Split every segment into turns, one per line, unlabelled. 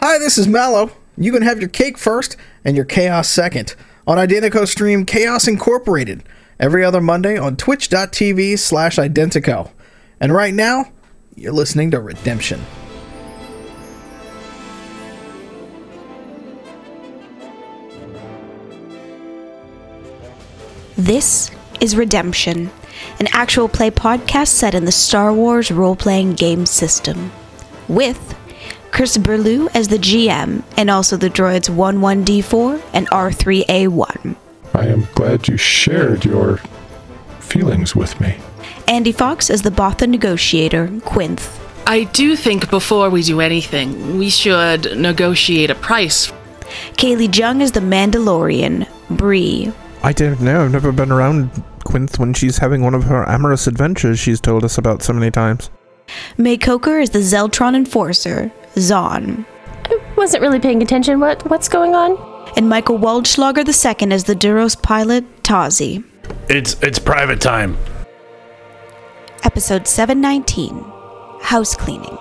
Hi, this is Mallow. You can have your cake first and your chaos second on Identico Stream Chaos Incorporated every other Monday on twitch.tv slash Identico. And right now, you're listening to Redemption.
This is Redemption, an actual play podcast set in the Star Wars role playing game system. With Chris Berlew as the GM and also the droids 11D4 and R3A1.
I am glad you shared your feelings with me.
Andy Fox as the Botha negotiator, Quinth.
I do think before we do anything, we should negotiate a price.
Kaylee Jung as the Mandalorian, Bree.
I don't know. I've never been around Quinth when she's having one of her amorous adventures she's told us about so many times.
May Coker is the Zeltron enforcer, Zahn.
I wasn't really paying attention. What what's going on?
And Michael Waldschlager II as the Duros pilot, Tazi.
It's it's private time.
Episode 719 House Cleaning.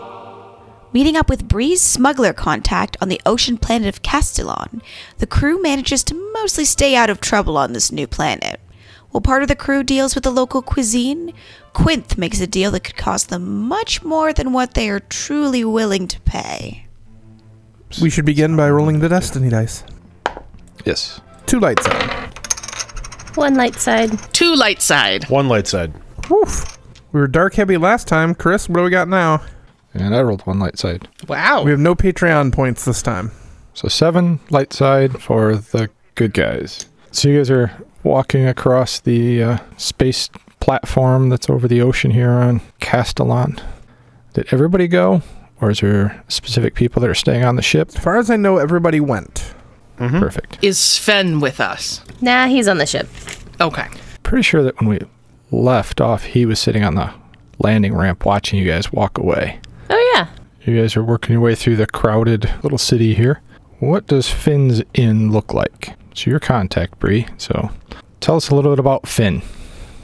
Meeting up with Bree's smuggler contact on the ocean planet of Castellon, the crew manages to mostly stay out of trouble on this new planet. While part of the crew deals with the local cuisine, Quinth makes a deal that could cost them much more than what they are truly willing to pay.
We should begin by rolling the destiny dice.
Yes.
Two lights out.
One light side.
Two light side.
One light side.
Woof. We were dark heavy last time. Chris, what do we got now?
And I rolled one light side.
Wow.
We have no Patreon points this time.
So seven light side for the good guys. So you guys are walking across the uh, space platform that's over the ocean here on Castellan. Did everybody go? Or is there specific people that are staying on the ship?
As far as I know, everybody went.
Perfect.
Is Sven with us?
Nah, he's on the ship.
Okay.
Pretty sure that when we left off, he was sitting on the landing ramp watching you guys walk away.
Oh yeah.
You guys are working your way through the crowded little city here. What does Finn's Inn look like? So your contact, Bree. So tell us a little bit about Finn.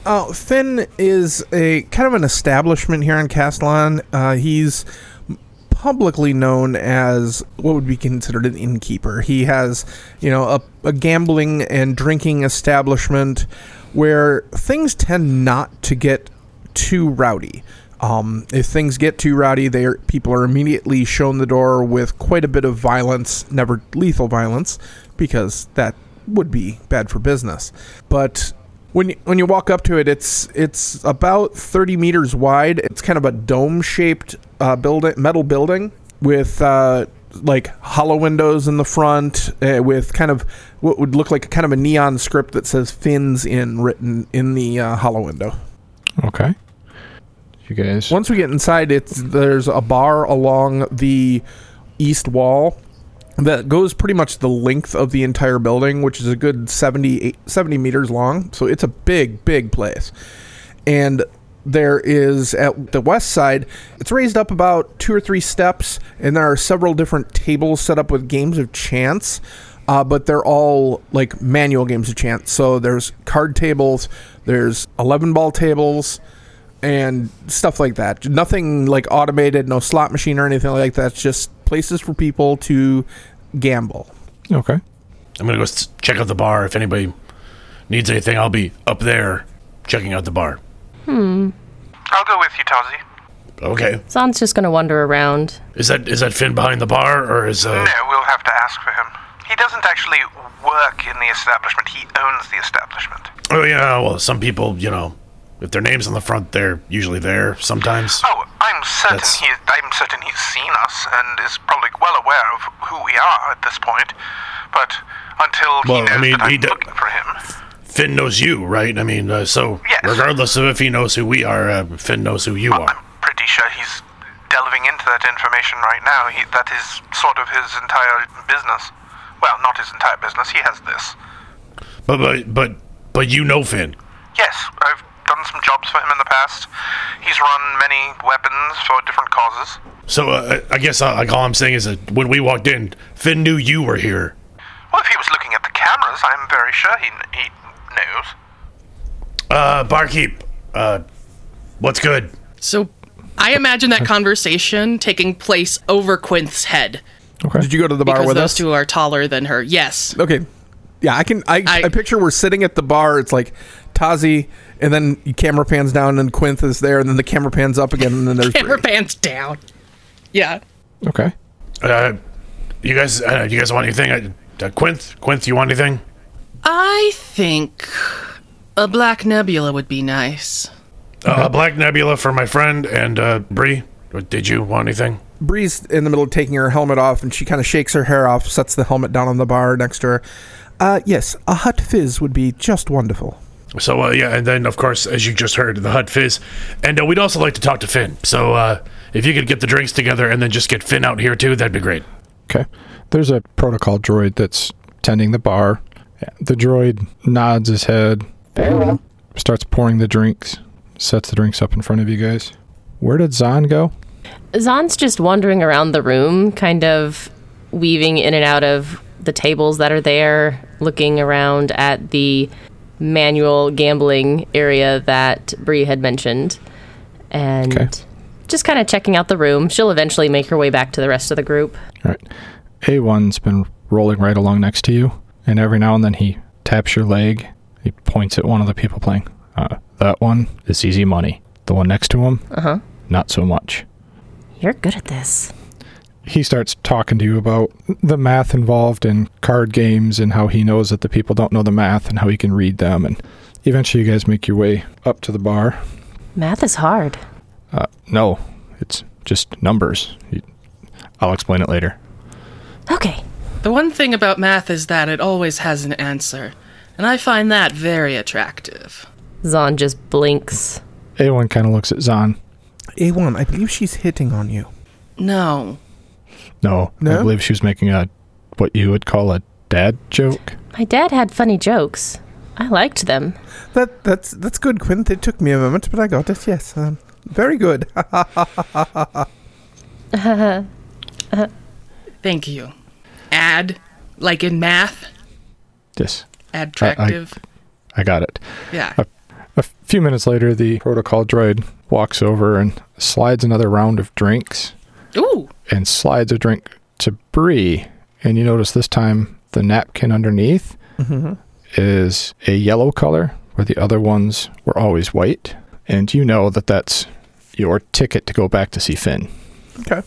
Uh, Finn is a kind of an establishment here in Castellan. Uh, he's publicly known as what would be considered an innkeeper. He has, you know, a, a gambling and drinking establishment where things tend not to get too rowdy. Um, if things get too rowdy, they are, people are immediately shown the door with quite a bit of violence, never lethal violence, because that would be bad for business. But when you, when you walk up to it, it's it's about 30 meters wide. It's kind of a dome shaped uh, building, metal building with uh, like hollow windows in the front, uh, with kind of what would look like kind of a neon script that says "Fins in" written in the uh, hollow window.
Okay. You guys.
Once we get inside, it's there's a bar along the east wall that goes pretty much the length of the entire building, which is a good 70, eight- 70 meters long. So it's a big, big place. And there is at the west side, it's raised up about two or three steps, and there are several different tables set up with games of chance. Uh, but they're all like manual games of chance. So there's card tables, there's 11 ball tables, and stuff like that. Nothing like automated, no slot machine or anything like that. It's just places for people to gamble.
Okay.
I'm gonna go s- check out the bar. If anybody needs anything, I'll be up there checking out the bar.
I'll go with you, Tazi.
Okay.
Zon's just gonna wander around.
Is that is that Finn behind the bar or is uh?
No, we'll have to ask for him. He doesn't actually work in the establishment, he owns the establishment.
Oh yeah. Well, some people, you know, if their names on the front, they're usually there sometimes.
Oh, I'm certain
That's-
he I'm certain he's seen us and is probably well aware of who we are at this point. But until he
Well, I
knows
mean,
that I'm
he do-
looking for him,
Finn knows you, right? I mean, uh, so
Yes. Oh.
regardless of if he knows who we are, uh, Finn knows who you
I'm
are.
pretty sure he's delving into that information right now. He, that is sort of his entire business. Well, not his entire business. He has this.
But but but but you know Finn.
Yes, I've done some jobs for him in the past. He's run many weapons for different causes.
So uh, I I guess uh, like all I'm saying is that when we walked in, Finn knew you were here.
Well, if he was looking at the cameras, I'm very sure he, he knows.
Uh, barkeep, uh, what's good?
So I imagine that conversation taking place over Quinth's head.
Okay.
Did you go to the bar
because
with
those
us?
two are taller than her. Yes.
Okay. Yeah, I can. I, I,
I-
picture we're sitting at the bar. It's like Tazi, and then camera pans down, and Quinth is there, and then the camera pans up again, and then there's
Camera
Bree.
pants down. Yeah.
Okay.
Uh, you guys, uh, you guys want anything? Uh, uh, Quinth, Quinth, you want anything?
I think a black nebula would be nice.
Uh, Black Nebula for my friend and uh, Bree. Uh, Did you want anything?
Bree's in the middle of taking her helmet off, and she kind of shakes her hair off, sets the helmet down on the bar next to her. Uh, yes, a hot fizz would be just wonderful.
So uh, yeah, and then of course, as you just heard, the Hut Fizz, and uh, we'd also like to talk to Finn. So uh, if you could get the drinks together and then just get Finn out here too, that'd be great.
Okay. There's a protocol droid that's tending the bar. The droid nods his head, starts pouring the drinks, sets the drinks up in front of you guys. Where did Zahn go?
Zahn's just wandering around the room, kind of weaving in and out of the tables that are there, looking around at the manual gambling area that Bree had mentioned, and
Okay.
just kind of checking out the room. She'll eventually make her way back to the rest of the group.
All right. A1's been rolling right along next to you, and every now and then he taps your leg. He points at one of the people playing. Uh, that one is easy money. The one next to him, uh-huh. not so much.
You're good at this.
he starts talking to you about the math involved in card games and how he knows that the people don't know the math and how he can read them. And eventually, you guys make your way up to the bar.
Math is hard.
No, it's just numbers. You- I'll explain it later.
Okay.
The one thing about math is that it always has an answer, and I find that very attractive.
Zahn just blinks.
A1 kind of looks at Zahn.
A1, I believe she's hitting on you.
No.
No, I
No?
believe she was making a what you would call a dad joke.
My dad had funny jokes. I liked them.
That that's that's good, Quint. It took me a moment, but I got it. Yes, um, very good.
Thank you. Add, like in math,
Yes,
attractive.
I got it.
yeah.
A few minutes later, the protocol droid walks over and slides another round of drinks
Ooh.
and slides a drink to Bree. And you notice this time the napkin underneath is a yellow color, where the other ones were always white. And you know that that's your ticket to go back to see Finn.
okay.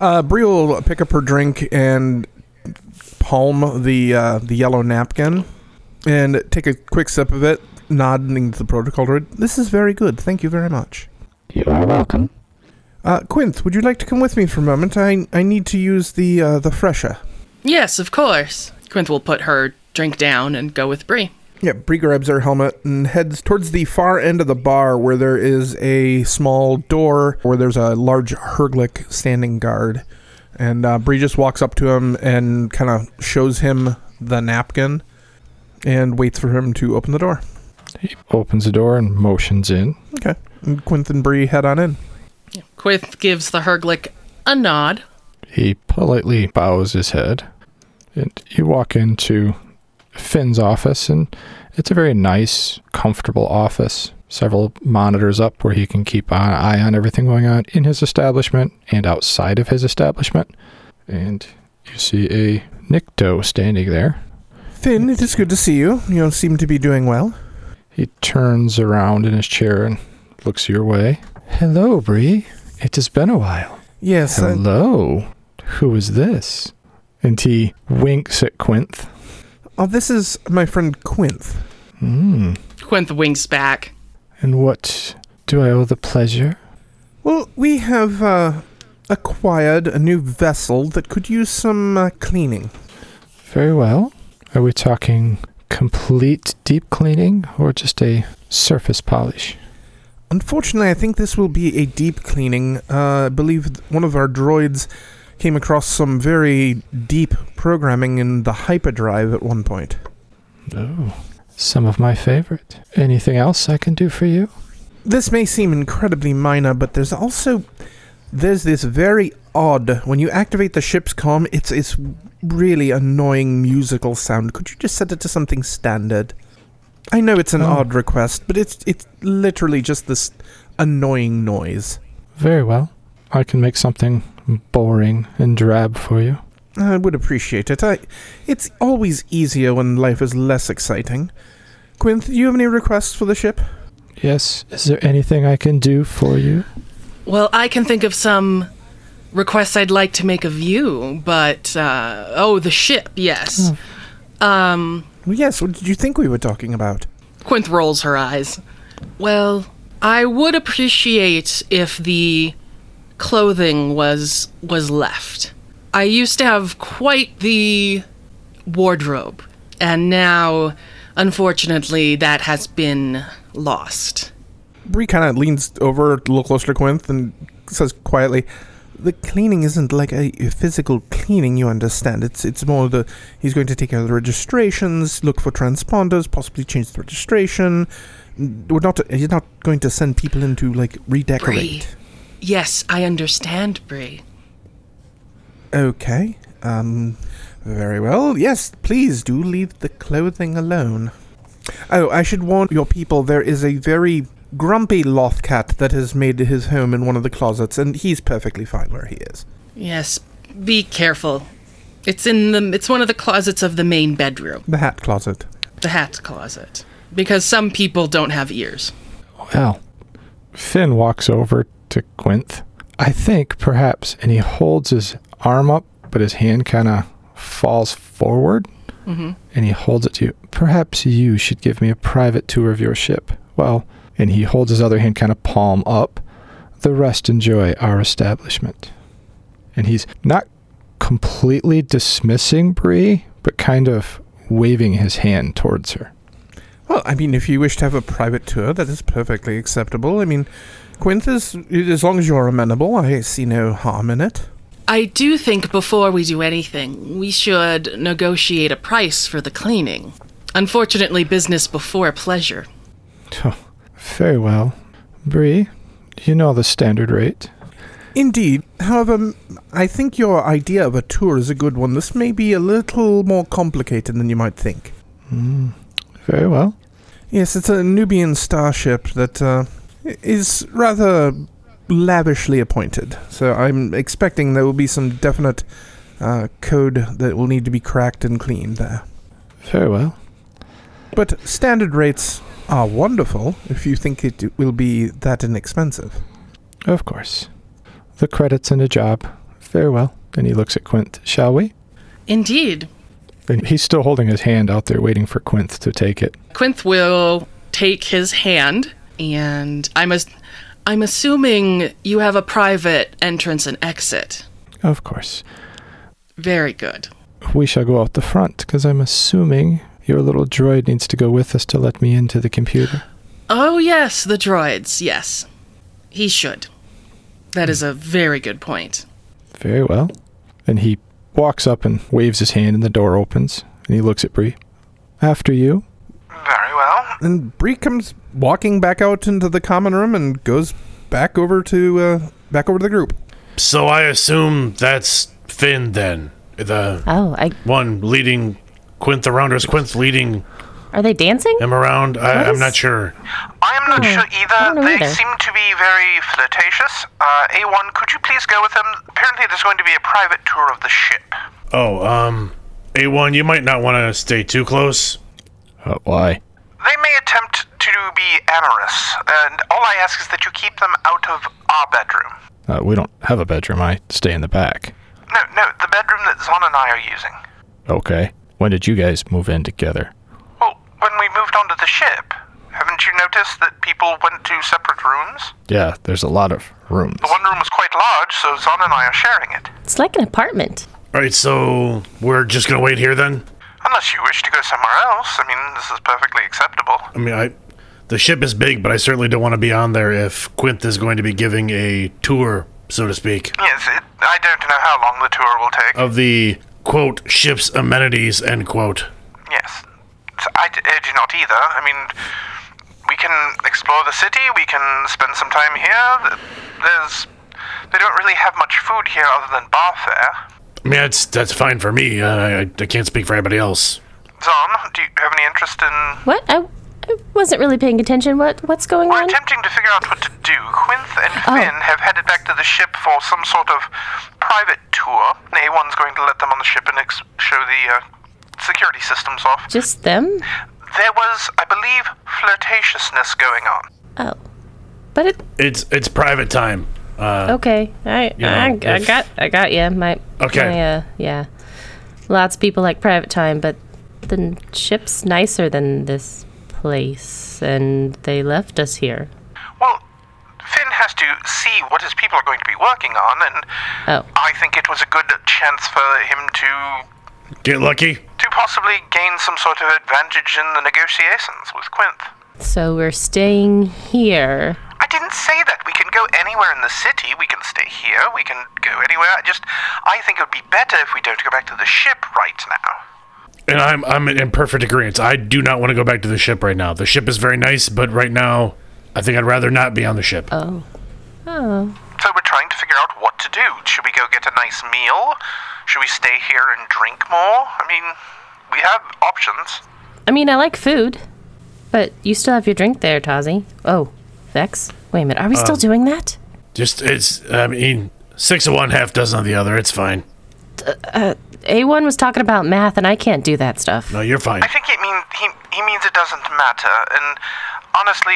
Uh, Brie will pick up her drink and palm the uh, the yellow napkin and take a quick sip of it, nodding to the protocol droid. This is very good. Thank you very much. You are welcome. Uh, Quint, would you like to come with me for a moment? I I need to use the uh, the fresher.
Yes, of course. Quint will put her drink down and go with Bree.
Yeah, Bree grabs her helmet and heads towards the far end of the bar where there is a small door where there's a large Herglick standing guard. And uh, Bree just walks up to him and kind of shows him the napkin and waits for him to open the door.
He opens the door and motions in.
Okay. And Quint and Bree head on in.
Quint gives the Herglick a nod.
He politely bows his head, and you walk into Finn's office, and it's a very nice, comfortable office. Several monitors up where he can keep an eye on everything going on in his establishment and outside of his establishment. And you see a Nikto standing there.
Finn, it is good to see you. You seem to be doing well.
He turns around in his chair and looks your way. Hello, Bree. It has been a while.
Yes. I-
Hello. Who is this? And he winks at Quinth.
oh, this is my friend Quint.
Hmm.
Quint winks back.
And what do I owe the pleasure?
Well, we have uh, acquired a new vessel that could use some uh, cleaning.
Very well. Are we talking complete deep cleaning or just a surface polish?
Unfortunately, I think this will be a deep cleaning. Uh, I believe th- one of our droids came across some very deep programming in the hyperdrive at one point.
Oh. Some of my favorite. Anything else I can do for you?
This may seem incredibly minor, but there's also there's this very odd when you activate the ship's comm, it's it's really annoying musical sound. Could you just set it to something standard? I know it's an
Oh.
odd request, but it's it's literally just this annoying noise.
Very well. I can make something boring and drab for you.
I would appreciate it. I, it's always easier when life is less exciting. Quinth, do you have any requests for the ship?
Yes. Is there anything I can do for you?
Well, I can think of some requests I'd like to make of you, but uh, oh, the ship, yes.
Hmm.
Um,
Well, yes, what did you think we were talking about?
Quinth rolls her eyes. Well, I would appreciate if the clothing was was left. I used to have quite the wardrobe, and now, unfortunately, that has been lost.
Bree kind of leans over a little closer to Quinth and says quietly, "The cleaning isn't like a, a physical cleaning, you understand. It's it's more the he's going to take care of the registrations, look for transponders, possibly change the registration. We're not he's not going to send people in to like redecorate.
Yes, I understand, Bree.
Okay. Um, very well. Yes, please do leave the clothing alone. Oh, I should warn your people there is a very grumpy loth cat that has made his home in one of the closets, and he's perfectly fine where he is.
Yes, be careful. It's in the it's one of the closets of the main bedroom,
The hat closet.
the hat closet, because some people don't have ears.
Well, Finn walks over to Quinth. I think perhaps, and he holds his arm up, but his hand kind of falls forward, and he holds it to you. Perhaps you should give me a private tour of your ship. Well, and he holds his other hand kind of palm up. The rest enjoy our establishment. And he's not completely dismissing Bree, but kind of waving his hand towards her.
Well, I mean, if you wish to have a private tour, that is perfectly acceptable. I mean, Quintus, as long as you're amenable, I see no harm in it.
I do think before we do anything, we should negotiate a price for the cleaning. Unfortunately, business before pleasure.
Oh, very well. Bree, you know the standard rate.
Indeed. However, m- I think your idea of a tour is a good one. This may be a little more complicated than you might think.
Very well.
Yes, it's a Nubian starship that uh, is rather lavishly appointed. So I'm expecting there will be some definite uh, code that will need to be cracked and cleaned there.
Very well.
But standard rates are wonderful if you think it will be that inexpensive.
Of course. The credits and a job. Very well. And he looks at Quint. Shall we?
Indeed.
And he's still holding his hand out there, waiting for Quint to take it.
Quinth will take his hand, and I'm, as- I'm assuming you have a private entrance and exit.
Of course.
Very good.
We shall go out the front, because I'm assuming your little droid needs to go with us to let me into the computer.
Oh, yes, the droids, yes. He should. That is a very good point.
Very well. And he walks up and waves his hand, and the door opens. And he looks at Bree. After you.
Very well.
And Bree comes walking back out into the common room and goes back over to uh, back over to the group.
So I assume that's Finn then. The
Oh, I,
one leading Quinth around, or is Quinth leading
are they dancing?
him around? I, I'm not sure.
I am not sure
Hmm. I
either.
don't know
They
either.
seem to be very flirtatious. Uh, A1, could you please go with them? Apparently, there's going to be a private tour of the ship.
Oh, um, A1, you might not want to stay too close.
Uh, why?
They may attempt to be amorous, and all I ask is that you keep them out of our bedroom.
Uh, we don't have a bedroom. I stay in the back.
No, no, the bedroom that Zon and I are using.
Okay. When did you guys move in together?
Well, when we moved onto the ship, haven't you noticed that people went to separate rooms?
Yeah, there's a lot of rooms.
The one room was quite large, so Zon and I are sharing it.
It's like an apartment.
All right, so we're just gonna wait here then.
Unless you wish to go somewhere else. I mean, this is perfectly acceptable.
I mean, I the ship is big, but I certainly don't want to be on there if Quinth is going to be giving a tour, so to speak,
Yes, it, I don't know how long the tour will take.
of the quote ship's amenities end quote.
Yes. So I, d- I do not either. I mean, we can explore the city, we can spend some time here. Th- There's. They don't really have much food here other than bar fare.
I mean, that's that's fine for me. Uh, I I can't speak for anybody else.
Zon, do you have any interest in.
What? I, wasn't really paying attention. What what's going
We're
on?
attempting to figure out what to do. Quinth and Finn have headed back to the ship for some sort of private tour. A1's going to let them on the ship and ex- show the uh, security systems off.
Just them?
There was, I believe, flirtatiousness going on.
Oh, but it
It's it's private time. Uh,
okay. I
You know,
I, I
if-
got I got you. My
Okay.
my, uh, yeah. Lots of people like private time, but the n- ship's nicer than this place, and they left us here.
Well, Finn has to see what his people are going to be working on, and
Oh,
I think it was a good chance for him to
Get lucky.
to possibly gain some sort of advantage in the negotiations with Quinth.
so we're staying here.
I didn't say that. We can go anywhere in the city. We can stay here. We can go anywhere. I just, I think it would be better if we don't go back to the ship right now.
And I'm I'm in perfect agreement. I do not want to go back to the ship right now. The ship is very nice, but right now, I think I'd rather not be on the ship.
Oh, oh.
So we're trying to figure out what to do. Should we go get a nice meal? Should we stay here and drink more? I mean, we have options.
I mean, I like food, but you still have your drink there, Tazi. Oh, Vex. Wait a minute. Are we still doing that?
Just it's I mean six of one, half dozen of the other. It's fine.
A1 was talking about math, and I can't do that stuff.
No, you're fine.
I think it mean he he means it doesn't matter. And honestly,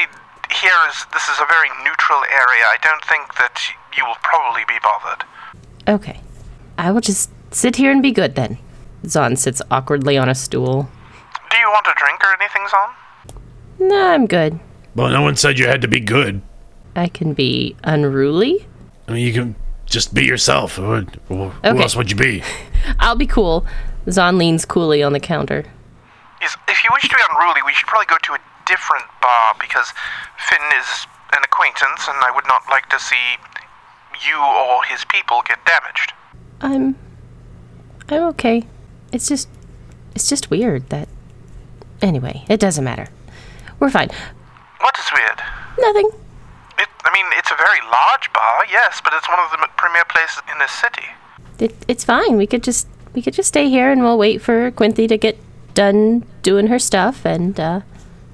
here is this is a very neutral area. I don't think that you will probably be bothered.
Okay. I will just sit here and be good then. Zon sits awkwardly on a stool.
Do you want a drink or anything, Zon?
No, I'm good.
Well, no one said you had to be good.
I can be unruly.
I mean, you can just be yourself. Who, who
Okay.
else would you be?
I'll be cool. Zon leans coolly on the counter.
Yes, if you wish to be unruly, we should probably go to a different bar because Finn is an acquaintance, and I would not like to see you or his people get damaged.
I'm. I'm okay. It's just. It's just weird that. Anyway, it doesn't matter. We're fine.
What is weird?
Nothing.
It, I mean, it's a very large bar, yes, but it's one of the m- premier places in this city.
It, it's fine. We could just we could just stay here and we'll wait for Quincy to get done doing her stuff and uh,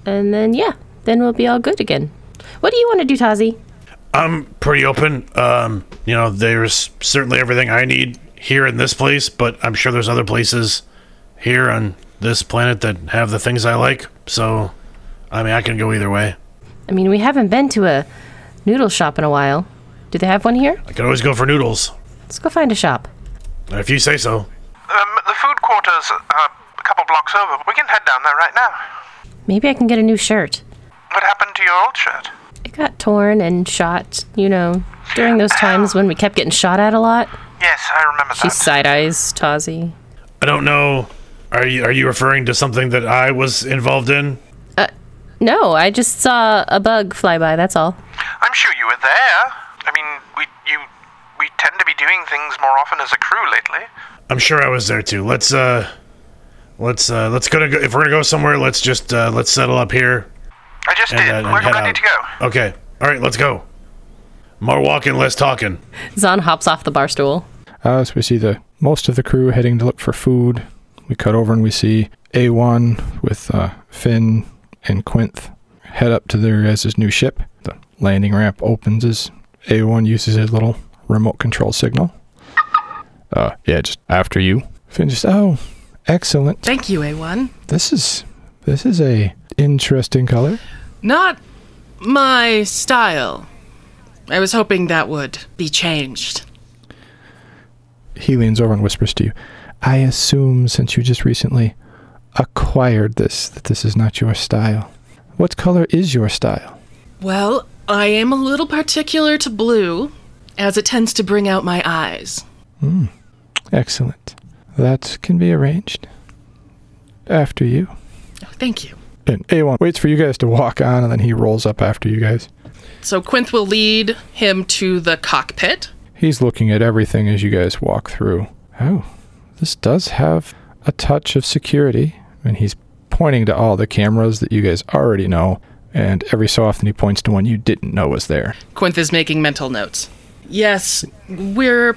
and then yeah, then we'll be all good again. What do you want to do, Tazi?
I'm pretty open. Um, you know, there's certainly everything I need here in this place, but I'm sure there's other places here on this planet that have the things I like. So, I mean, I can go either way.
I mean, we haven't been to a noodle shop in a while. Do they have one here?
I can always go for noodles
Let's go find a shop.
if you say so.
Um, the food quarter's uh, a couple blocks over. We can head down there right now.
Maybe I can get a new shirt.
What happened to your old shirt?
It got torn and shot, you know, during those times when we kept getting shot at a lot.
Yes, I remember
She
that.
side eyes Tazi.
I don't know. Are you are you referring to something that I was involved in?
No, I just saw a bug fly by. That's all.
I'm sure you were there. I mean, we you we tend to be doing things more often as a crew lately.
I'm sure I was there too. Let's uh, let's uh, let's go to if we're gonna go somewhere. Let's just uh, let's settle up here
I just
and,
did.
uh, and
we're
head
ready
out.
to go.
Okay. All right. Let's go. More walking, less talking.
Zon hops off the bar stool.
As we see the most of the crew heading to look for food, we cut over and we see A1 with uh, Finn and Quinth head up to their as his new ship. The landing ramp opens as A1 uses his little remote control signal. Uh, yeah, just after you. Finn just oh, excellent.
Thank you, A1.
This is this is a interesting color.
Not my style. I was hoping that would be changed.
He leans over and whispers to you. I assume since you just recently acquired this that this is not your style. What color is your style?
Well, I am a little particular to blue, as it tends to bring out my eyes.
Excellent. That can be arranged. After you.
Oh, Thank you.
And A1 waits for you guys to walk on and then he rolls up after you guys.
So Quinth will lead him to the cockpit.
He's looking at everything as you guys walk through. Oh, this does have a touch of security. And he's pointing to all the cameras that you guys already know. And every so often he points to one you didn't know was there.
Quinth is making mental notes. Yes, we're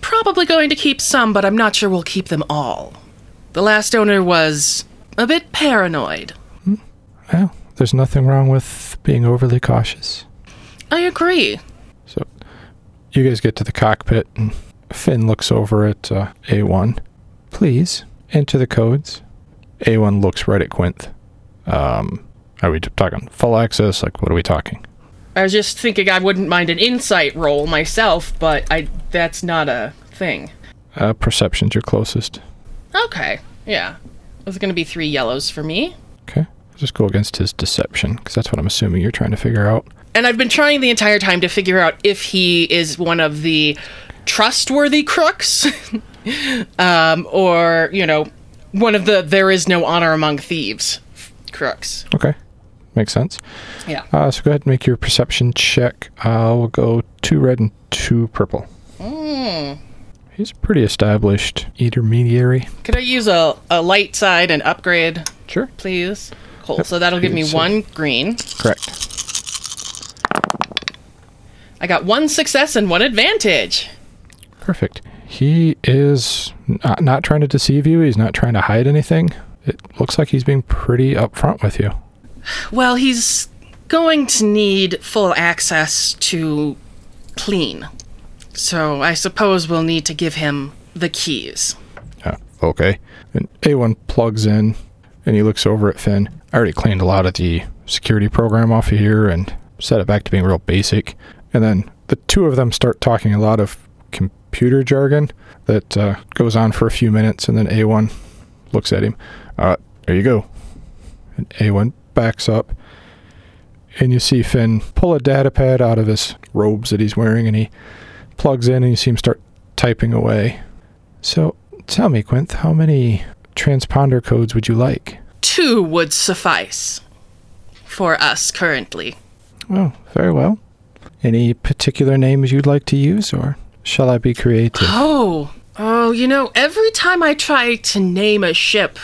probably going to keep some, but I'm not sure we'll keep them all. The last owner was a bit paranoid.
Well, Oh, there's nothing wrong with being overly cautious.
I agree.
So you guys get to the cockpit, and Finn looks over at uh, A1. Please enter the codes. A1 looks right at Quinth. Um, are we talking full access? Like, what are we talking?
I was just thinking I wouldn't mind an insight roll myself, but I that's not a thing.
Uh, perception's your closest.
Okay. Yeah. It's going to be 3 yellows for me.
Okay. Just go against his deception, because that's what I'm assuming you're trying to figure out.
And I've been trying the entire time to figure out if he is one of the trustworthy crooks um, or, you know, one of the there is no honor among thieves crooks.
Okay. Makes sense.
Yeah.
Uh, so go ahead and make your perception check. Uh, we'll go two red and two purple. He's a pretty established intermediary.
Could I use a, a light side and upgrade,
Sure.
please? Cool. So that'll give me
please, sir.
one green.
Correct.
I got one success and one advantage.
Perfect. He is not, not trying to deceive you. He's not trying to hide anything. It looks like he's being pretty upfront with you.
Well, he's going to need full access to clean. So I suppose we'll need to give him the keys.
Uh, okay. And A1 plugs in and he looks over at Finn. I already cleaned a lot of the security program off of here and set it back to being real basic. And then the two of them start talking a lot of computer jargon that uh, goes on for a few minutes. And then A1 looks at him. Uh, there you go. And A1 backs up. And you see Finn pull a data pad out of his robes that he's wearing and he plugs in and you see him start typing away. So tell me, Quinth, how many transponder codes would you like?
Two would suffice for us currently.
Oh, very well. Any particular names you'd like to use, or shall I be creative?
Oh, oh, you know, every time I try to name a ship,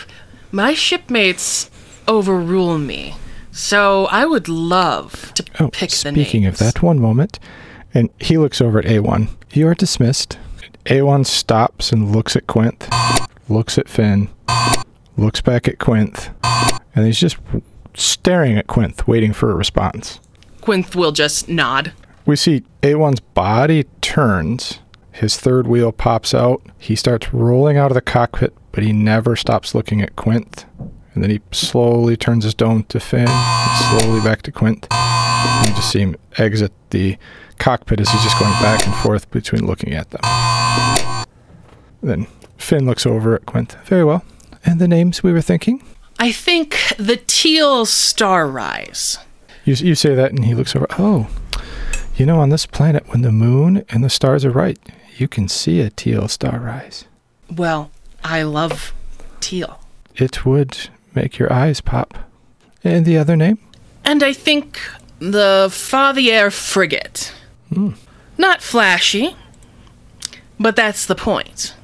my shipmates overrule me. So I would love to
Oh,
pick the names.
speaking of that, one moment. And he looks over at A1. You are dismissed. A1 stops and looks at Quinth, looks at Finn, looks back at Quinth, and he's just staring at Quinth, waiting for a response.
Quinth will just nod.
We see A1's body turns, his third wheel pops out, he starts rolling out of the cockpit, but he never stops looking at Quint. And then he slowly turns his dome to Finn, and slowly back to Quint. And you just see him exit the cockpit as he's just going back and forth between looking at them. Then Finn looks over at Quint. Very well. And the names we were thinking?
I think the teal star rise.
You, you say that, and he looks over. Oh, you know, on this planet, when the moon and the stars are right, you can see a teal star rise.
Well, I love teal.
It would make your eyes pop. And the other name?
And I think the Fathier frigate. Not flashy, but that's the point.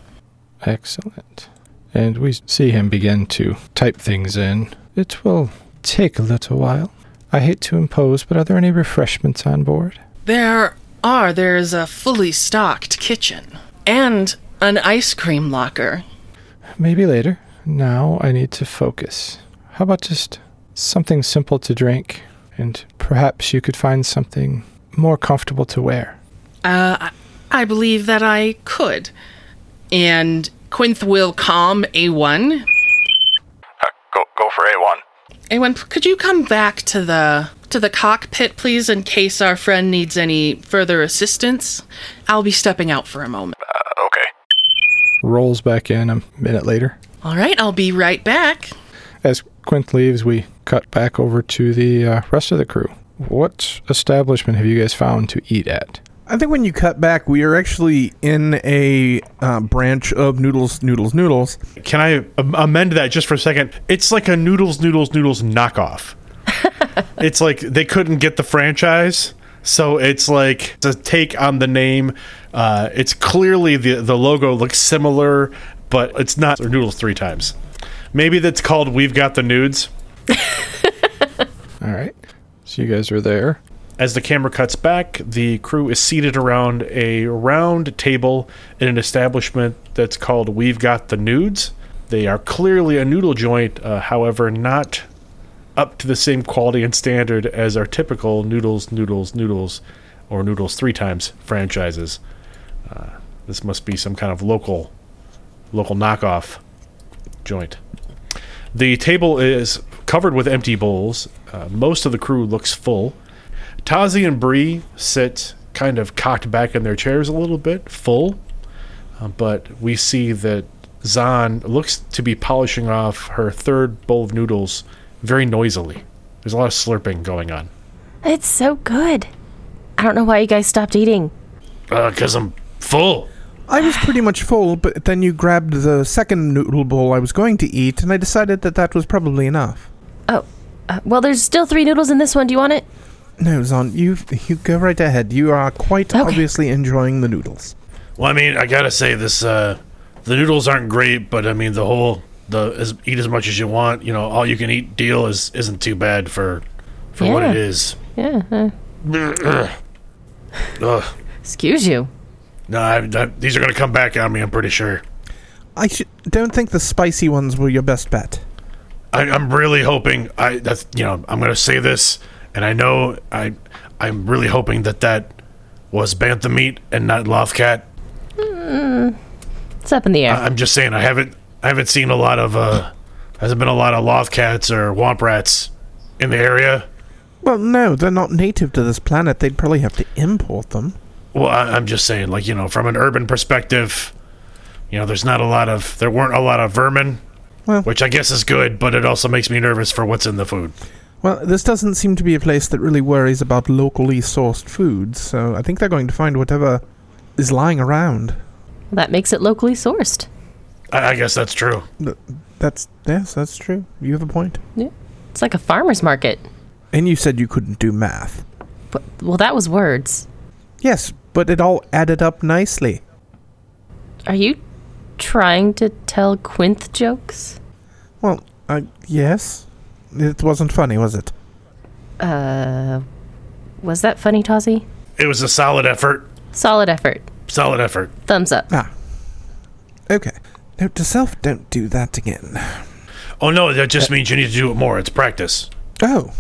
Excellent. And we see him begin to type things in. It will take a little while. I hate to impose, but are there any refreshments on board?
There are, there is a fully stocked kitchen and an ice cream locker.
Maybe later. Now I need to focus. How about just something simple to drink? And perhaps you could find something more comfortable to wear.
Uh, I- I believe that I could. And Quinth will calm A1.
Uh, go, go for A1.
A1, p- could you come back to the to the cockpit, please, in case our friend needs any further assistance? I'll be stepping out for a moment.
Uh, okay.
Rolls back in a minute later.
All right, I'll be right back.
As Quint leaves, we cut back over to the uh, rest of the crew. What establishment have you guys found to eat at?
I think when you cut back, we are actually in a uh, branch of noodles, noodles, noodles.
Can I am- amend that just for a second? It's like a noodles, noodles, noodles knockoff. it's like they couldn't get the franchise, so it's like it's a take on the name. Uh, it's clearly the the logo looks similar, but it's not noodles three times. Maybe that's called "We've Got the Nudes."
All right. So you guys are there.
As the camera cuts back, the crew is seated around a round table in an establishment that's called We've Got the Nudes. They are clearly a noodle joint, uh, however, not up to the same quality and standard as our typical noodles, noodles, noodles, or noodles three times franchises. Uh, this must be some kind of local, local knockoff joint. The table is covered with empty bowls. Uh, most of the crew looks full. Tazi and Bree sit kind of cocked back in their chairs a little bit, full. Uh, but we see that Zahn looks to be polishing off her third bowl of noodles very noisily. There's a lot of slurping going on.
It's so good. I don't know why you guys stopped eating.
Because Uh, I'm full.
I was pretty much full, but then you grabbed the second noodle bowl I was going to eat, and I decided that that was probably enough.
Oh, uh, well, there's still three noodles in this one. Do you want it?
No, Zon, you you go right ahead. You are quite obviously enjoying the noodles.
Well, I mean, I gotta say this. Uh, the noodles aren't great, but I mean, the whole the as, eat as much as you want. You know, all you can eat deal is isn't too bad for for what it
Yeah.
is.
Yeah. uh,
Ugh.
excuse you.
No, I, I, these are gonna come back on me. I'm pretty sure.
I sh- don't think the spicy ones were your best bet.
I, I'm really hoping. I that's you know I'm gonna say this, and I know I I'm really hoping that that was bantha meat and not lothcat.
Mm, it's up in the air.
Uh, I, I'm just saying I haven't I haven't seen a lot of uh hasn't been a lot of lothcats or womp rats in the area.
Well, no, they're not native to this planet. They'd probably have to import them.
Well, I, I'm just saying like you know from an urban perspective, you know there's not a lot of there weren't a lot of vermin,
Well-
which I guess is good, but it also makes me nervous for what's in the food.
Well, this doesn't seem to be a place that really worries about locally sourced foods, so I think they're going to find whatever is lying around.
that makes it locally sourced.
I, I guess that's true.
Th- That's yes, that's true. You have a point.
It's like a farmer's market.
And you said you couldn't do math.
But, well, that was words.
Yes, but it all added up nicely.
Are you trying to tell Quinth jokes?
Well, I yes, it wasn't funny, was it?
Uh, was that funny, Tozzy?
It was a solid effort.
Solid effort.
Solid effort.
Thumbs up.
Ah, okay. Note to self: don't do that again.
Oh no, that just means you need to do it more. It's practice.
Oh,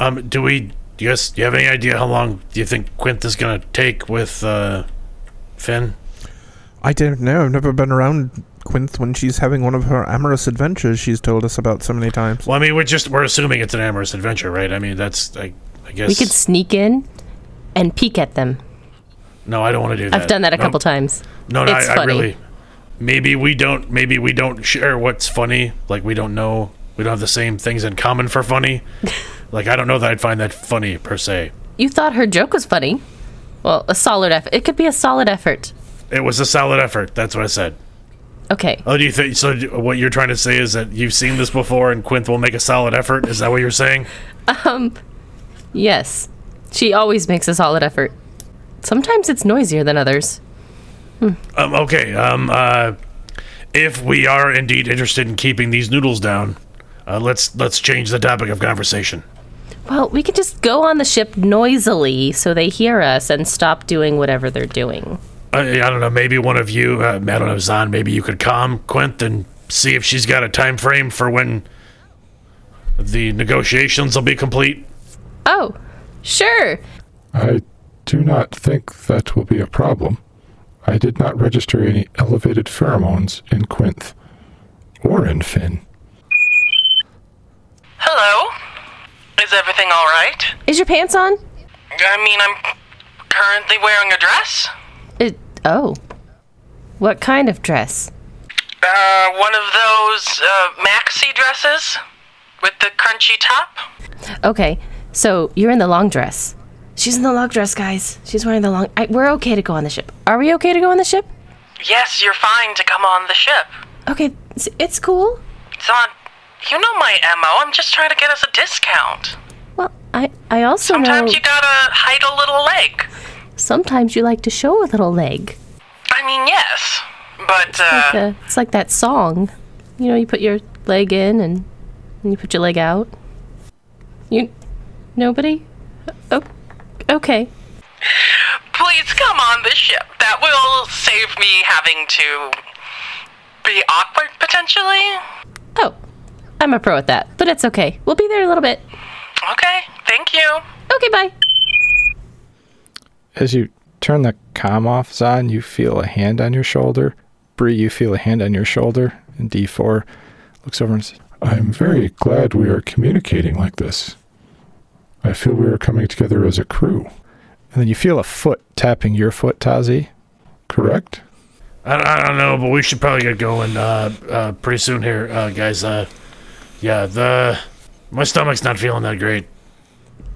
Um, do we? Do you guys, do you have any idea how long do you think Quint is gonna take with uh, Finn?
I don't know. I've never been around Quinth when she's having one of her amorous adventures she's told us about so many times.
Well, I mean, we're just we're assuming it's an amorous adventure, right? I mean, that's I, I guess.
We could sneak in and peek at them.
no, I don't want to do that.
I've done that a
No,
couple times.
No, no,
It's
I, I
funny.
really. Maybe we don't. Maybe we don't share what's funny. Like we don't know. We don't have the same things in common for funny. like I don't know that I'd find that funny per se.
You thought her joke was funny. Well, a solid effort. It could be a solid effort.
It was a solid effort. That's what I said.
Okay.
Oh, do you think so? do- What you're trying to say is that you've seen this before, and Quint will make a solid effort. Is that what you're saying?
Um, Yes. She always makes a solid effort. Sometimes it's noisier than others.
Um, okay. Um, uh, if we are indeed interested in keeping these noodles down, uh, let's let's change the topic of conversation.
Well, we could just go on the ship noisily so they hear us and stop doing whatever they're doing.
I, I don't know. Maybe one of you. Uh, I don't know, Zahn. Maybe you could calm Quint and see if she's got a time frame for when the negotiations will be complete.
Oh, sure.
I do not think that will be a problem. I did not register any elevated pheromones in Quinth or in Finn.
Hello? Is everything all right?
Is your pants on?
I mean, I'm currently wearing a dress.
It, oh. What kind of dress?
Uh, one of those uh, maxi dresses with the crunchy top.
Okay, so you're in the long dress. She's in the long dress, guys. She's wearing the long. I, we're okay to go on the ship. Are we okay to go on the ship?
Yes, you're fine to come on the ship.
Okay, it's, it's cool.
Zon, you know my MO. I'm just trying to get us a discount.
Well, I I also
Sometimes
know
you gotta hide a little leg.
sometimes you like to show a little leg.
I mean, yes. But,
Like
uh,
the- it's like that song. You know, you put your leg in and, and you put your leg out. You nobody? Oh, okay.
please come on the ship. That will save me having to be awkward, potentially.
Oh, I'm a pro at that. But but it's okay. We'll be there in a little bit.
Okay, thank you.
Okay, bye.
As you turn the comm off, Zahn, you feel a hand on your shoulder. Bree, you feel a hand on your shoulder. And D4 looks over and says,
I'm very glad we are communicating like this. I feel we are coming together as a crew,
and then you feel a foot tapping your foot, Tazi.
correct?
I, I don't know, but we should probably get going uh, uh, pretty soon here, uh, guys. Uh, yeah, the my stomach's not feeling that great.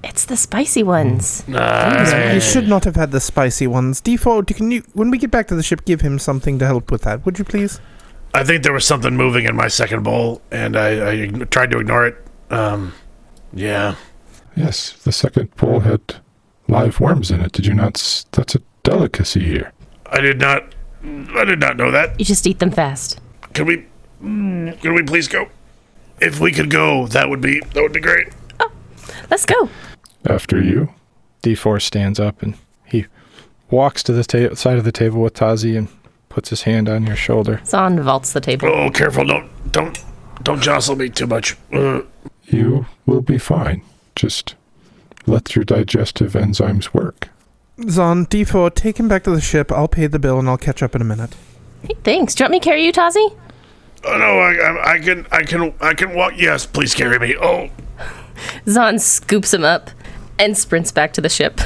It's the spicy ones.
Uh,
You should not have had the spicy ones. D4, do- can you, when we get back to the ship, give him something to help with that, would you please?
I think there was something moving in my second bowl, and I, I ign- tried to ignore it. Um, yeah,
Yes, the second bowl had live worms in it. Did you not? S- that's a delicacy here.
I did not. I did not know that.
You just eat them fast.
Could we? Could we please go? If we could go, that would be that would be great.
Let's go.
After you,
D4 stands up and he walks to the ta- side of the table with Tazi and puts his hand on your shoulder.
Zahn vaults the table.
Oh, careful! Don't don't don't jostle me too much. Uh,
you will be fine. Just let your digestive enzymes work.
Zon, D4, take him back to the ship. I'll pay the bill and I'll catch up in a minute.
Hey, thanks. Do you want me to carry you, Tazi?
oh no, I, I, I can I can I can walk. Yes, please carry me. Oh,
Zahn scoops him up and sprints back to the ship.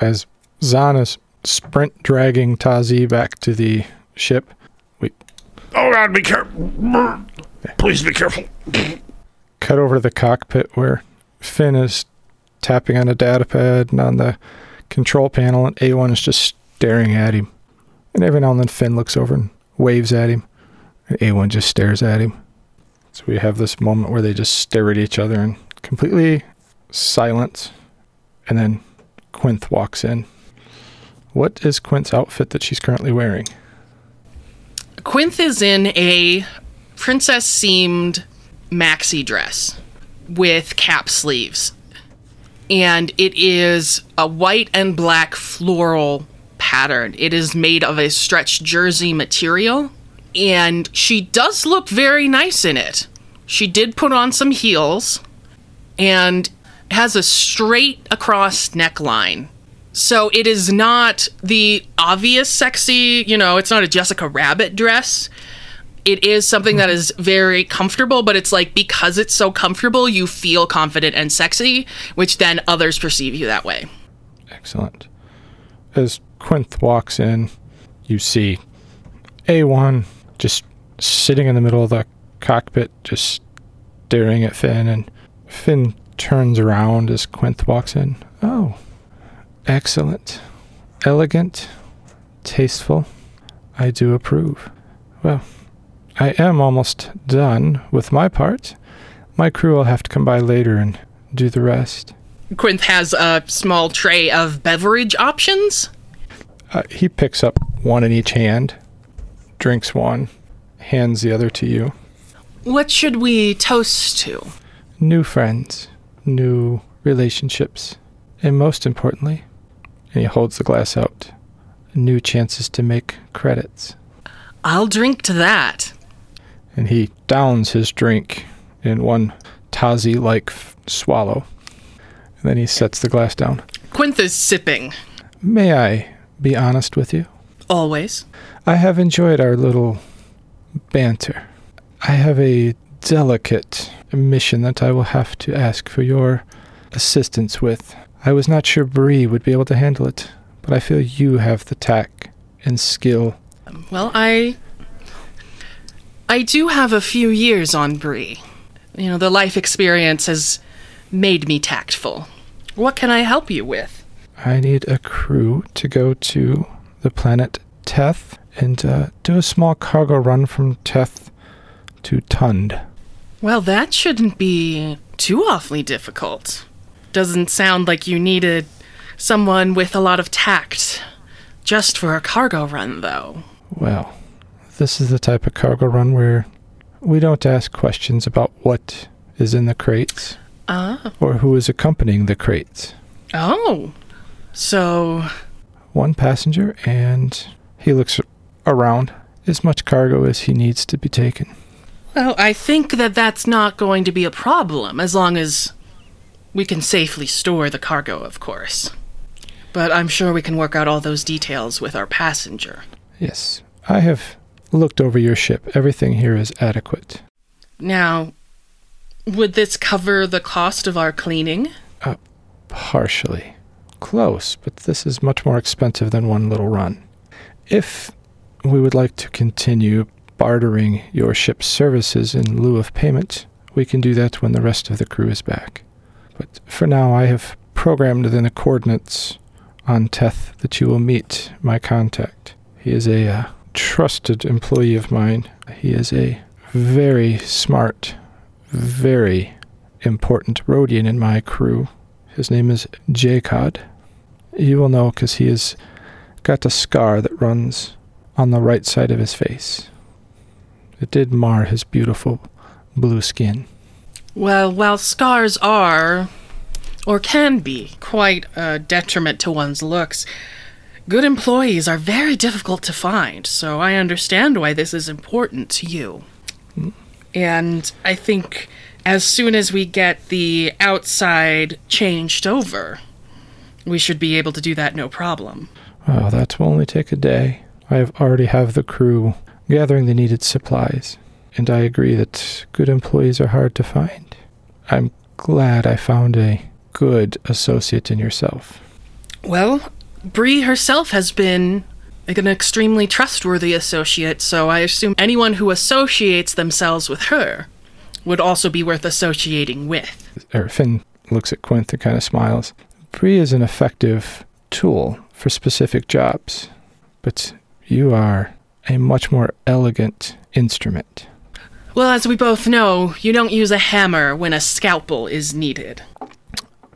As Zahn is sprint dragging Tazi back to the ship, we
oh God, be careful! Please be careful.
cut over to the cockpit where Finn is tapping on a data pad and on the control panel, and A1 is just staring at him. And every now and then Finn looks over and waves at him, and A1 just stares at him. So we have this moment where they just stare at each other and completely silence. And then Quinth walks in. What is Quinth's outfit that she's currently wearing?
Quinth is in a princess seamed maxi dress with cap sleeves. And it is a white and black floral pattern. It is made of a stretched jersey material. And she does look very nice in it. She did put on some heels and has a straight across neckline. So it is not the obvious sexy, you know, it's not a Jessica Rabbit dress. It is something that is very comfortable, but it's like because it's so comfortable, you feel confident and sexy, which then others perceive you that way.
Excellent. As Quinth walks in, you see A1 just sitting in the middle of the cockpit, just staring at Finn, and Finn turns around as Quinth walks in. Oh, excellent, elegant, tasteful. I do approve. Well, I am almost done with my part. My crew will have to come by later and do the rest.
Quinth has a small tray of beverage options.
Uh, he picks up one in each hand, drinks one, hands the other to you.
What should we toast to?
New friends, new relationships, and most importantly, and he holds the glass out, new chances to make credits.
I'll drink to that.
And he downs his drink in one Tazi like f- swallow. And then he sets the glass down.
Quinth is sipping,
May I be honest with you?
always.
I have enjoyed our little banter. I have a delicate mission that I will have to ask for your assistance with. I was not sure Bree would be able to handle it, but I feel you have the tact and skill.
Well, I I do have a few years on Bree. You know, the life experience has made me tactful. What can I help you with?
I need a crew to go to the planet Teth and uh, do a small cargo run from Teth to Tund.
Well, that shouldn't be too awfully difficult. Doesn't sound like you needed someone with a lot of tact just for a cargo run though.
Well, this is the type of cargo run where we don't ask questions about what is in the crates
Ah.
or who is accompanying the crates.
Oh. So,
One passenger, and he looks around as much cargo as he needs to be taken.
Well, I think that that's not going to be a problem as long as we can safely store the cargo, of course. But I'm sure we can work out all those details with our passenger.
Yes, I have looked over your ship. Everything here is adequate.
Now, would this cover the cost of our cleaning?
Uh, partially. Close, but this is much more expensive than one little run. If we would like to continue bartering your ship's services in lieu of payment, we can do that when the rest of the crew is back. But for now, I have programmed in the coordinates on Teth that you will meet my contact. He is a uh, trusted employee of mine. He is a very smart, very important Rhodian in my crew. His name is Jacod. You will know because he has got a scar that runs on the right side of his face. It did mar his beautiful blue skin.
Well, while scars are, or can be, quite a detriment to one's looks, good employees are very difficult to find, so I understand why this is important to you. And I think as soon as we get the outside changed over, we should be able to do that no problem.
Oh, that will only take a day. I have already have the crew gathering the needed supplies, and I agree that good employees are hard to find. I'm glad I found a good associate in yourself.
Well, Bree herself has been like, an extremely trustworthy associate, so I assume anyone who associates themselves with her would also be worth associating with.
Er, Finn looks at Quint and kind of smiles. Bree is an effective tool for specific jobs, but you are a much more elegant instrument.
Well, as we both know, you don't use a hammer when a scalpel is needed.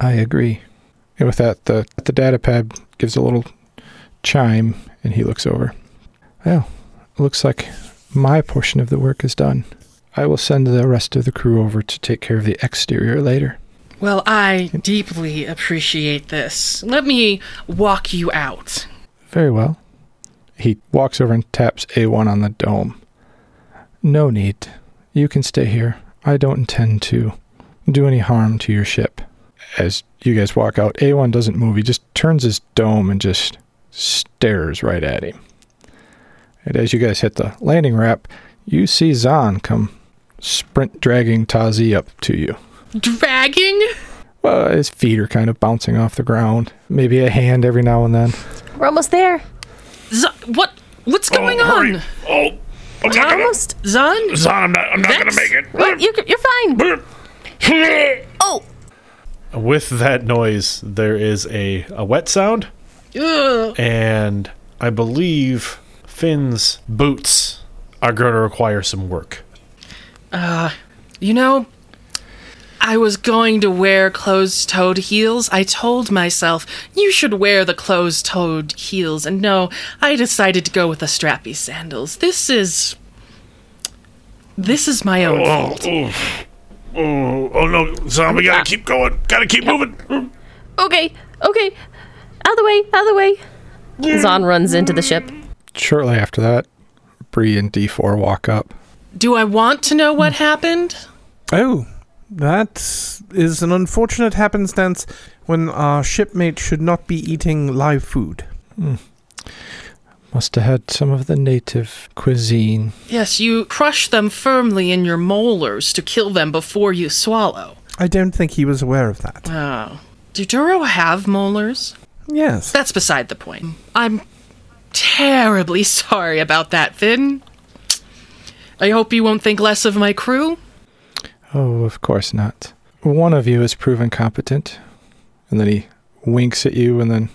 I agree. And with that, the the data pad gives a little chime, and he looks over. Well, looks like my portion of the work is done. I will send the rest of the crew over to take care of the exterior later.
Well, I deeply appreciate this. Let me walk you out.
Very well. He walks over and taps A1 on the dome. No need. You can stay here. I don't intend to do any harm to your ship. As you guys walk out, A1 doesn't move. He just turns his dome and just stares right at him. And as you guys hit the landing ramp, you see Zahn come sprint dragging Tazi up to you.
Dragging?
Well, his feet are kind of bouncing off the ground. Maybe a hand every now and then.
We're almost there.
Z- what? What's going
oh,
on?
hurry. Oh, I'm not gonna,
Almost.
Zahn?
Zahn, I'm not, I'm not gonna
Vex?
make
Wait, you're, you're fine.
it.
Oh,
With that noise, there is a, a wet sound,
Ugh.
and I believe Finn's boots are going to require some work.
You know, I was going to wear closed toed heels. I told myself you should wear the closed toed heels, and no, I decided to go with the strappy sandals. This is. This is my own
Oh,
fault.
oh, oh, oh no, Zahn, we gotta
Ah.
keep going. Gotta keep moving.
okay, okay. Out of the way, out of the way. Zahn runs into the ship.
Shortly after that, Bree and D4 walk up.
Do I want to know what happened?
Oh, that is an unfortunate happenstance when our shipmate should not be eating live food.
Must have had some of the native cuisine.
Yes, you crush them firmly in your molars to kill them before you swallow.
I don't think he was aware of that.
Oh. Do Duro have molars?
Yes.
That's beside the point. I'm terribly sorry about that, Finn. I hope you won't think less of my crew.
Oh, of course not. One of you is proven competent. And then he winks at you, and then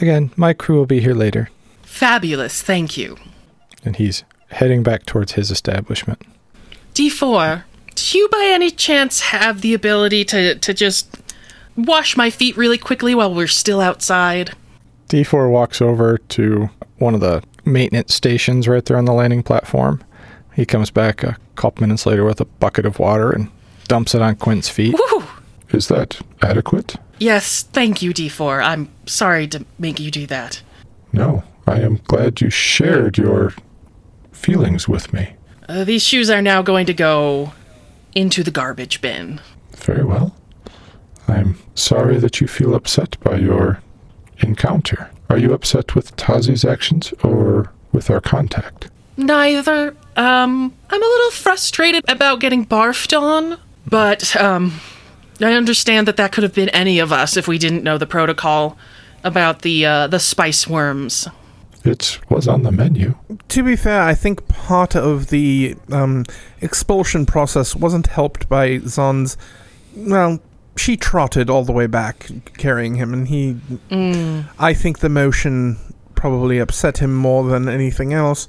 again, my crew will be here later.
Fabulous, thank you.
And he's heading back towards his establishment.
D4, do you by any chance have the ability to, to just wash my feet really quickly while we're still outside?
D4 walks over to one of the maintenance stations right there on the landing platform. He comes back a couple minutes later with a bucket of water and dumps it on Quint's feet.
Woo!
Is that adequate?
Yes, thank you, D4. I'm sorry to make you do that.
No, I am glad you shared your feelings with me.
Uh, these shoes are now going to go into the garbage bin.
Very well. I'm sorry that you feel upset by your encounter. Are you upset with Tazi's actions or with our contact?
Neither. Um, I'm a little frustrated about getting barfed on, but um, I understand that that could have been any of us if we didn't know the protocol about the uh, the spice worms.
It was on the menu.
To be fair, I think part of the um, expulsion process wasn't helped by Zon's. Well, she trotted all the way back carrying him, and he. I think the motion probably upset him more than anything else.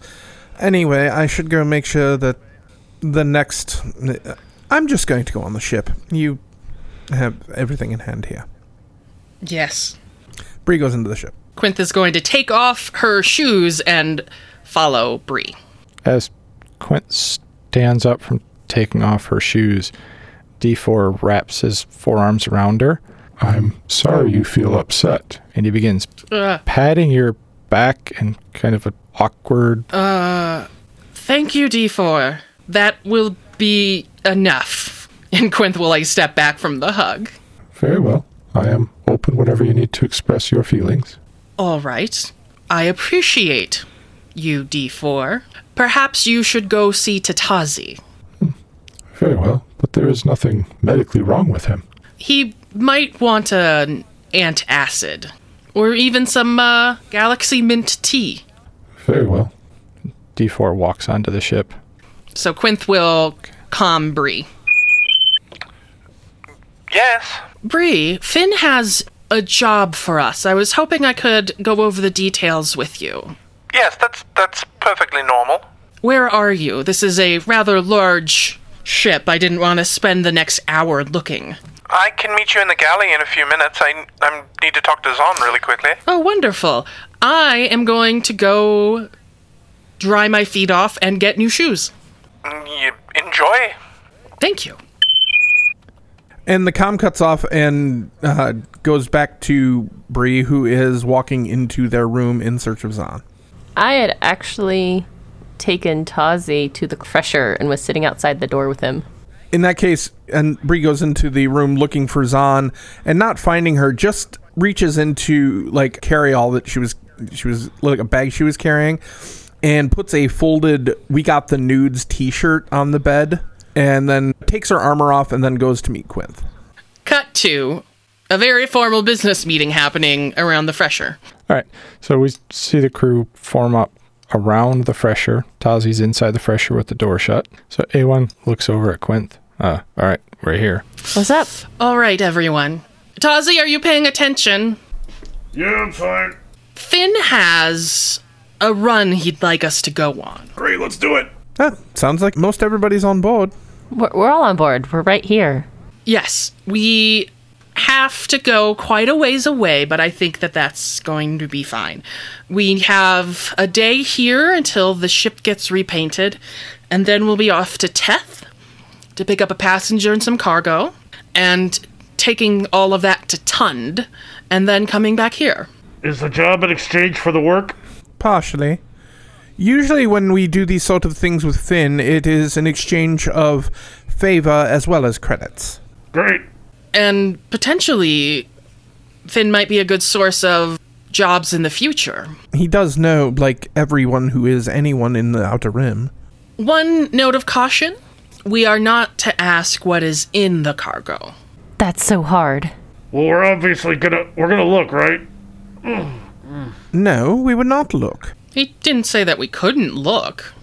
Anyway, I should go make sure that the next. I'm just going to go on the ship. You have everything in hand here.
Yes.
Bree goes into the ship.
Quinth is going to take off her shoes and follow Bree.
As Quint stands up from taking off her shoes, D4 wraps his forearms around her
I'm sorry you feel upset.
and he begins
Uh,
patting your back in kind of an awkward.
thank you, D4. That will be enough. And Quinth will like step back from the hug.
Very well. I am open whenever you need to express your feelings.
All right. I appreciate you, D4. Perhaps you should go see Tatazi.
Very well, but there is nothing medically wrong with him.
He might want an antacid or even some uh, galaxy mint tea.
Very well.
D4 walks onto the ship.
So Quinth will calm Bree.
Yes.
Bree, Finn has a job for us. I was hoping I could go over the details with you.
Yes, that's that's perfectly normal.
Where are you? This is a rather large ship. I didn't want to spend the next hour looking.
I can meet you in the galley in a few minutes. I, I need to talk to Zon really quickly.
Oh, wonderful. I am going to go dry my feet off and get new shoes.
Mm, You enjoy.
Thank you.
And the comm cuts off and uh, goes back to Bree, who is walking into their room in search of Zahn.
I had actually taken Tazi to the fresher and was sitting outside the door with him.
In that case, and Bree goes into the room looking for Zahn and not finding her, just reaches into like carryall that she was she was like a bag she was carrying, and puts a folded "We Got the Nudes" T-shirt on the bed, and then takes her armor off and then goes to meet Quinth.
Cut to a very formal business meeting happening around the fresher.
All right, so we see the crew form up around the fresher. Tazi's inside the fresher with the door shut. So A1 looks over at Quint. Uh, all right, we're here.
What's up?
All right, everyone. Tazi, are you paying attention?
Yeah, I'm fine.
Finn has a run he'd like us to go on.
Great, let's do it.
Ah, sounds like most everybody's on board.
We're, we're all on board. We're right here.
Yes, we have to go quite a ways away, but I think that that's going to be fine. We have a day here until the ship gets repainted, and then we'll be off to Teth to pick up a passenger and some cargo, and taking all of that to Tund, and then coming back here.
Is the job in exchange for the work?
Partially. Usually, when we do these sort of things with Finn, it is an exchange of favor as well as credits.
Great.
And potentially, Finn might be a good source of jobs in the future.
He does know, like everyone who is anyone in the Outer Rim.
One note of caution we are not to ask what is in the cargo.
That's so hard.
Well, we're obviously gonna we're gonna look, right?
Mm.
No, we would not look.
He didn't say that we couldn't look.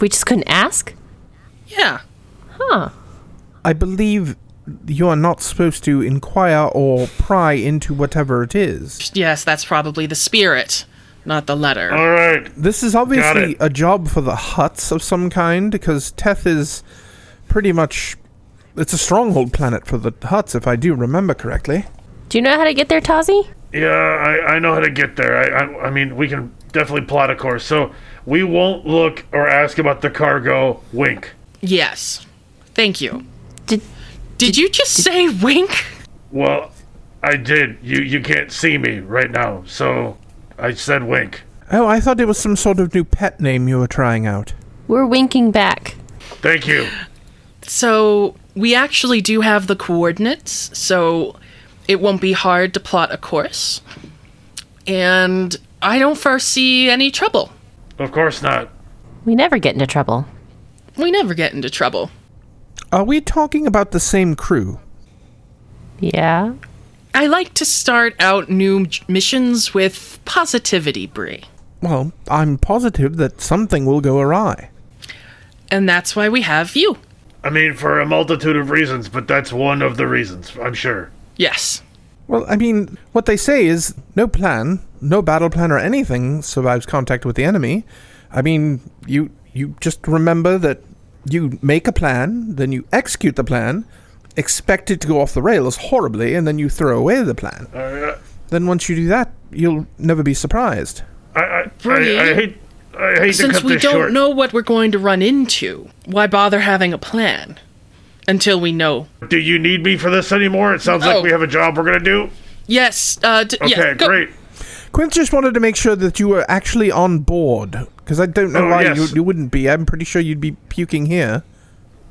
We just couldn't ask?
Yeah.
Huh.
I believe you are not supposed to inquire or pry into whatever it is.
Yes, that's probably the spirit, not the letter.
All right.
This is obviously
it.
a job for the huts of some kind, because Teth is pretty much. It's a stronghold planet for the huts, if I do remember correctly.
Do you know how to get there, Tazi?
Yeah, I, I know how to get there. I, I I mean, we can definitely plot a course. So we won't look or ask about the cargo. Wink.
yes. Thank you.
Did-
Did you just say wink?
Well, I did. You you can't see me right now, so I said wink.
Oh, I thought it was some sort of new pet name you were trying out.
We're winking back.
Thank you.
So we actually do have the coordinates, so it won't be hard to plot a course. And I don't foresee any trouble.
Of course not.
We never get into trouble.
We never get into trouble.
Are we talking about the same crew?
Yeah.
I like to start out new j- missions with positivity, Bree.
Well, I'm positive that something will go awry.
And that's why we have you.
I mean, for a multitude of reasons, but that's one of the reasons, I'm sure.
Yes.
Well, I mean, what they say is no plan, no battle plan or anything survives contact with the enemy. I mean, you you just remember that you make a plan, then you execute the plan, expect it to go off the rails horribly, and then you throw away the plan.
Uh,
Then once you do that, you'll never be surprised.
I, I, I,
Bree,
I hate, I hate to
Since
cut
we
this
don't
short.
know what we're going to run into, why bother having a plan? Until we know.
Do you need me for this anymore? It sounds
No.
like we have a job we're gonna do.
Yes, uh, d-
Okay,
yeah, go-
great.
Quince just wanted to make sure that you were actually on board, because I don't know
Oh,
why
yes.
you, you wouldn't be. I'm pretty sure you'd be puking here.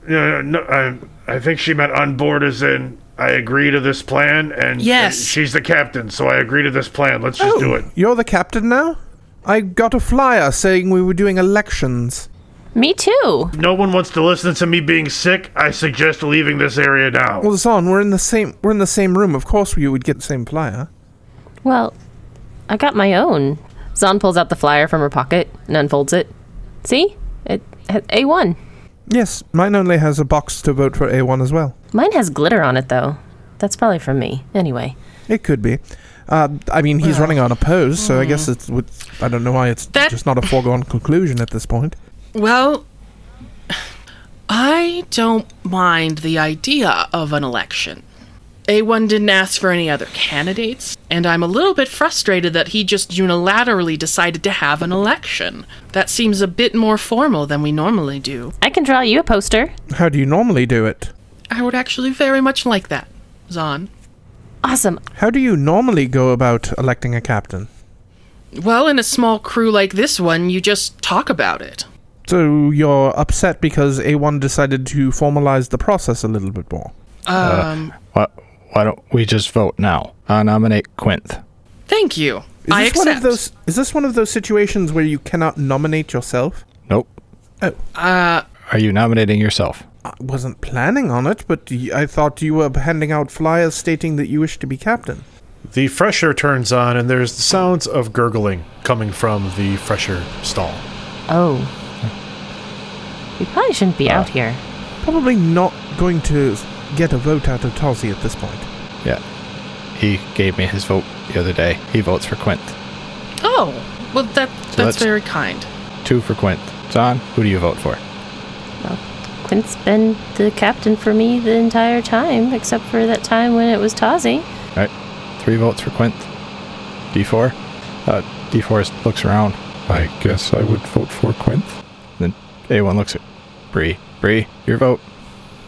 No, no, no, I, I think she meant on board as in I agree to this plan, and
Yes. Oh.
and she's the captain, so I agree to this plan. Let's just do it.
You're the captain now? I got a flyer saying we were doing elections.
Me too.
No one wants to listen to me being sick. I suggest leaving this area now.
Well, Zon, we're in the same we're in the same room. Of course, we would get the same flyer.
Well, I got my own. Zon pulls out the flyer from her pocket and unfolds it. See? It has A1.
Yes, mine only has a box to vote for A1 as well.
Mine has glitter on it, though. That's probably from me. Anyway.
It could be. Uh, I mean, he's running on a pose, so I guess it's. would- I don't know why it's
That-
just not a foregone conclusion at this point.
Well, I don't mind the idea of an election. A1 didn't ask for any other candidates, and I'm a little bit frustrated that he just unilaterally decided to have an election. That seems a bit more formal than we normally do.
I can draw you a poster.
How do you normally do it?
I would actually very much like that, Zahn.
Awesome.
How do you normally go about electing a captain?
Well, in a small crew like this one, you just talk about it.
So you're upset because A1 decided to formalize the process a little bit more. Uh,
Um,
Why, why don't we just vote now? I nominate Quinth.
thank you.
Is
I
this
accept.
one of those? Is this one of those situations where you cannot nominate yourself?
Nope.
uh,
Are you nominating yourself?
I wasn't planning on it, but y- I thought you were handing out flyers stating that you wish to be captain.
The fresher turns on, and there's the sounds of gurgling coming from the fresher stall.
Oh. We probably shouldn't be out here.
Probably not going to s- get a vote out of Tazi at this point.
Yeah. He gave me his vote the other day. He votes for Quinth.
oh, well, that that's
that's-
very kind.
Two for Quinth. John, who do you vote for?
Quint's been the captain for me the entire time, except for that time when it was Tazi.
All right. Three votes for Quinth. D4. Uh, D4 looks around.
I guess I would vote for Quinth.
Then A1 looks at Bree. Bree, your vote.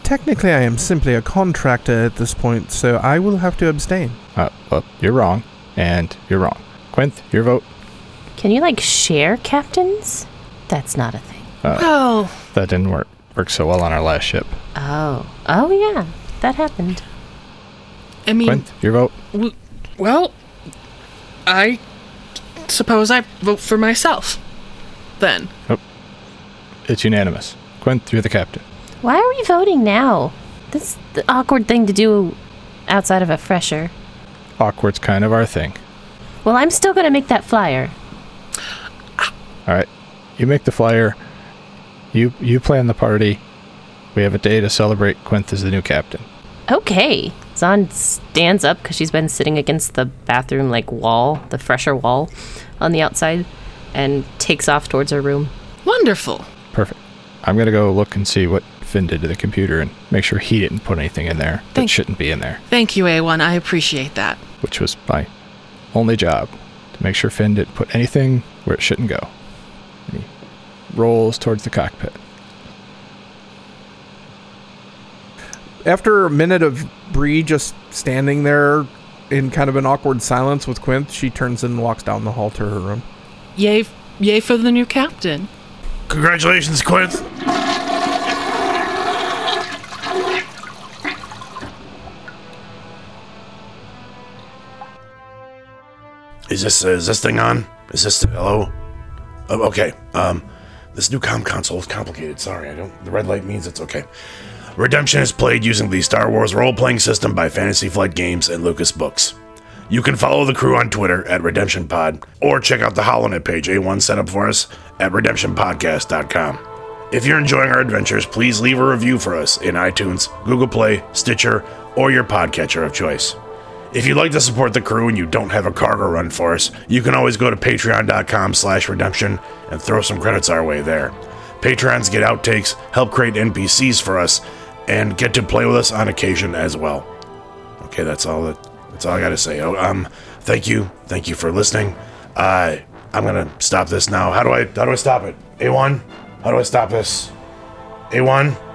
Technically, I am simply a contractor at this point, so I will have to abstain.
Uh, well, you're wrong. And you're wrong. Quinth, your vote.
Can you, like, share captains? That's not a thing.
Uh,
Well,
That didn't work, work so well on our last ship.
Oh. Oh, yeah. That happened.
I mean,
Quinth, your vote.
W- Well, I suppose I vote for myself. Then
It's unanimous. Quinth, you're the captain.
Why are we voting now? That's the awkward thing to do outside of a fresher.
Awkward's kind of our thing.
Well, I'm still going to make that flyer.
All right. You make the flyer. You you plan the party. We have a day to celebrate Quinth as the new captain.
Okay. Zahn stands up because she's been sitting against the bathroom, like, wall, the fresher wall on the outside, and takes off towards her room.
wonderful.
Perfect. I'm gonna go look and see what Finn did to the computer and make sure he didn't put anything in there that
Thank-
shouldn't be in there,
Thank you, A1. I appreciate that.
which was my only job to make sure Finn didn't put anything where it shouldn't go. And he rolls towards the cockpit.
After a minute of Bree just standing there in kind of an awkward silence with Quint, she turns and walks down the hall to her room.
Yay, yay for the new captain.
Congratulations, Quinth. Is this uh, is this thing on? Is this hello? Oh, okay. Um, this new com console is complicated. Sorry, I don't. The red light means it's okay. Redemption is played using the Star Wars role-playing system by Fantasy Flight Games and Lucas Books. You can follow the crew on Twitter at Redemption Pod or check out the HoloNet page A1 set up for us at redemptionpodcast.com. If you're enjoying our adventures, please leave a review for us in iTunes, Google Play, Stitcher, or your podcatcher of choice. If you'd like to support the crew and you don't have a cargo run for us, you can always go to patreon.com slash redemption and throw some credits our way there. Patrons get outtakes, help create NPCs for us, and get to play with us on occasion as well. Okay, that's all that that's all I gotta say. Oh, um, thank you, thank you for listening. Uh, I'm gonna stop this now. How do I how do I stop it? A1, how do I stop this? A1.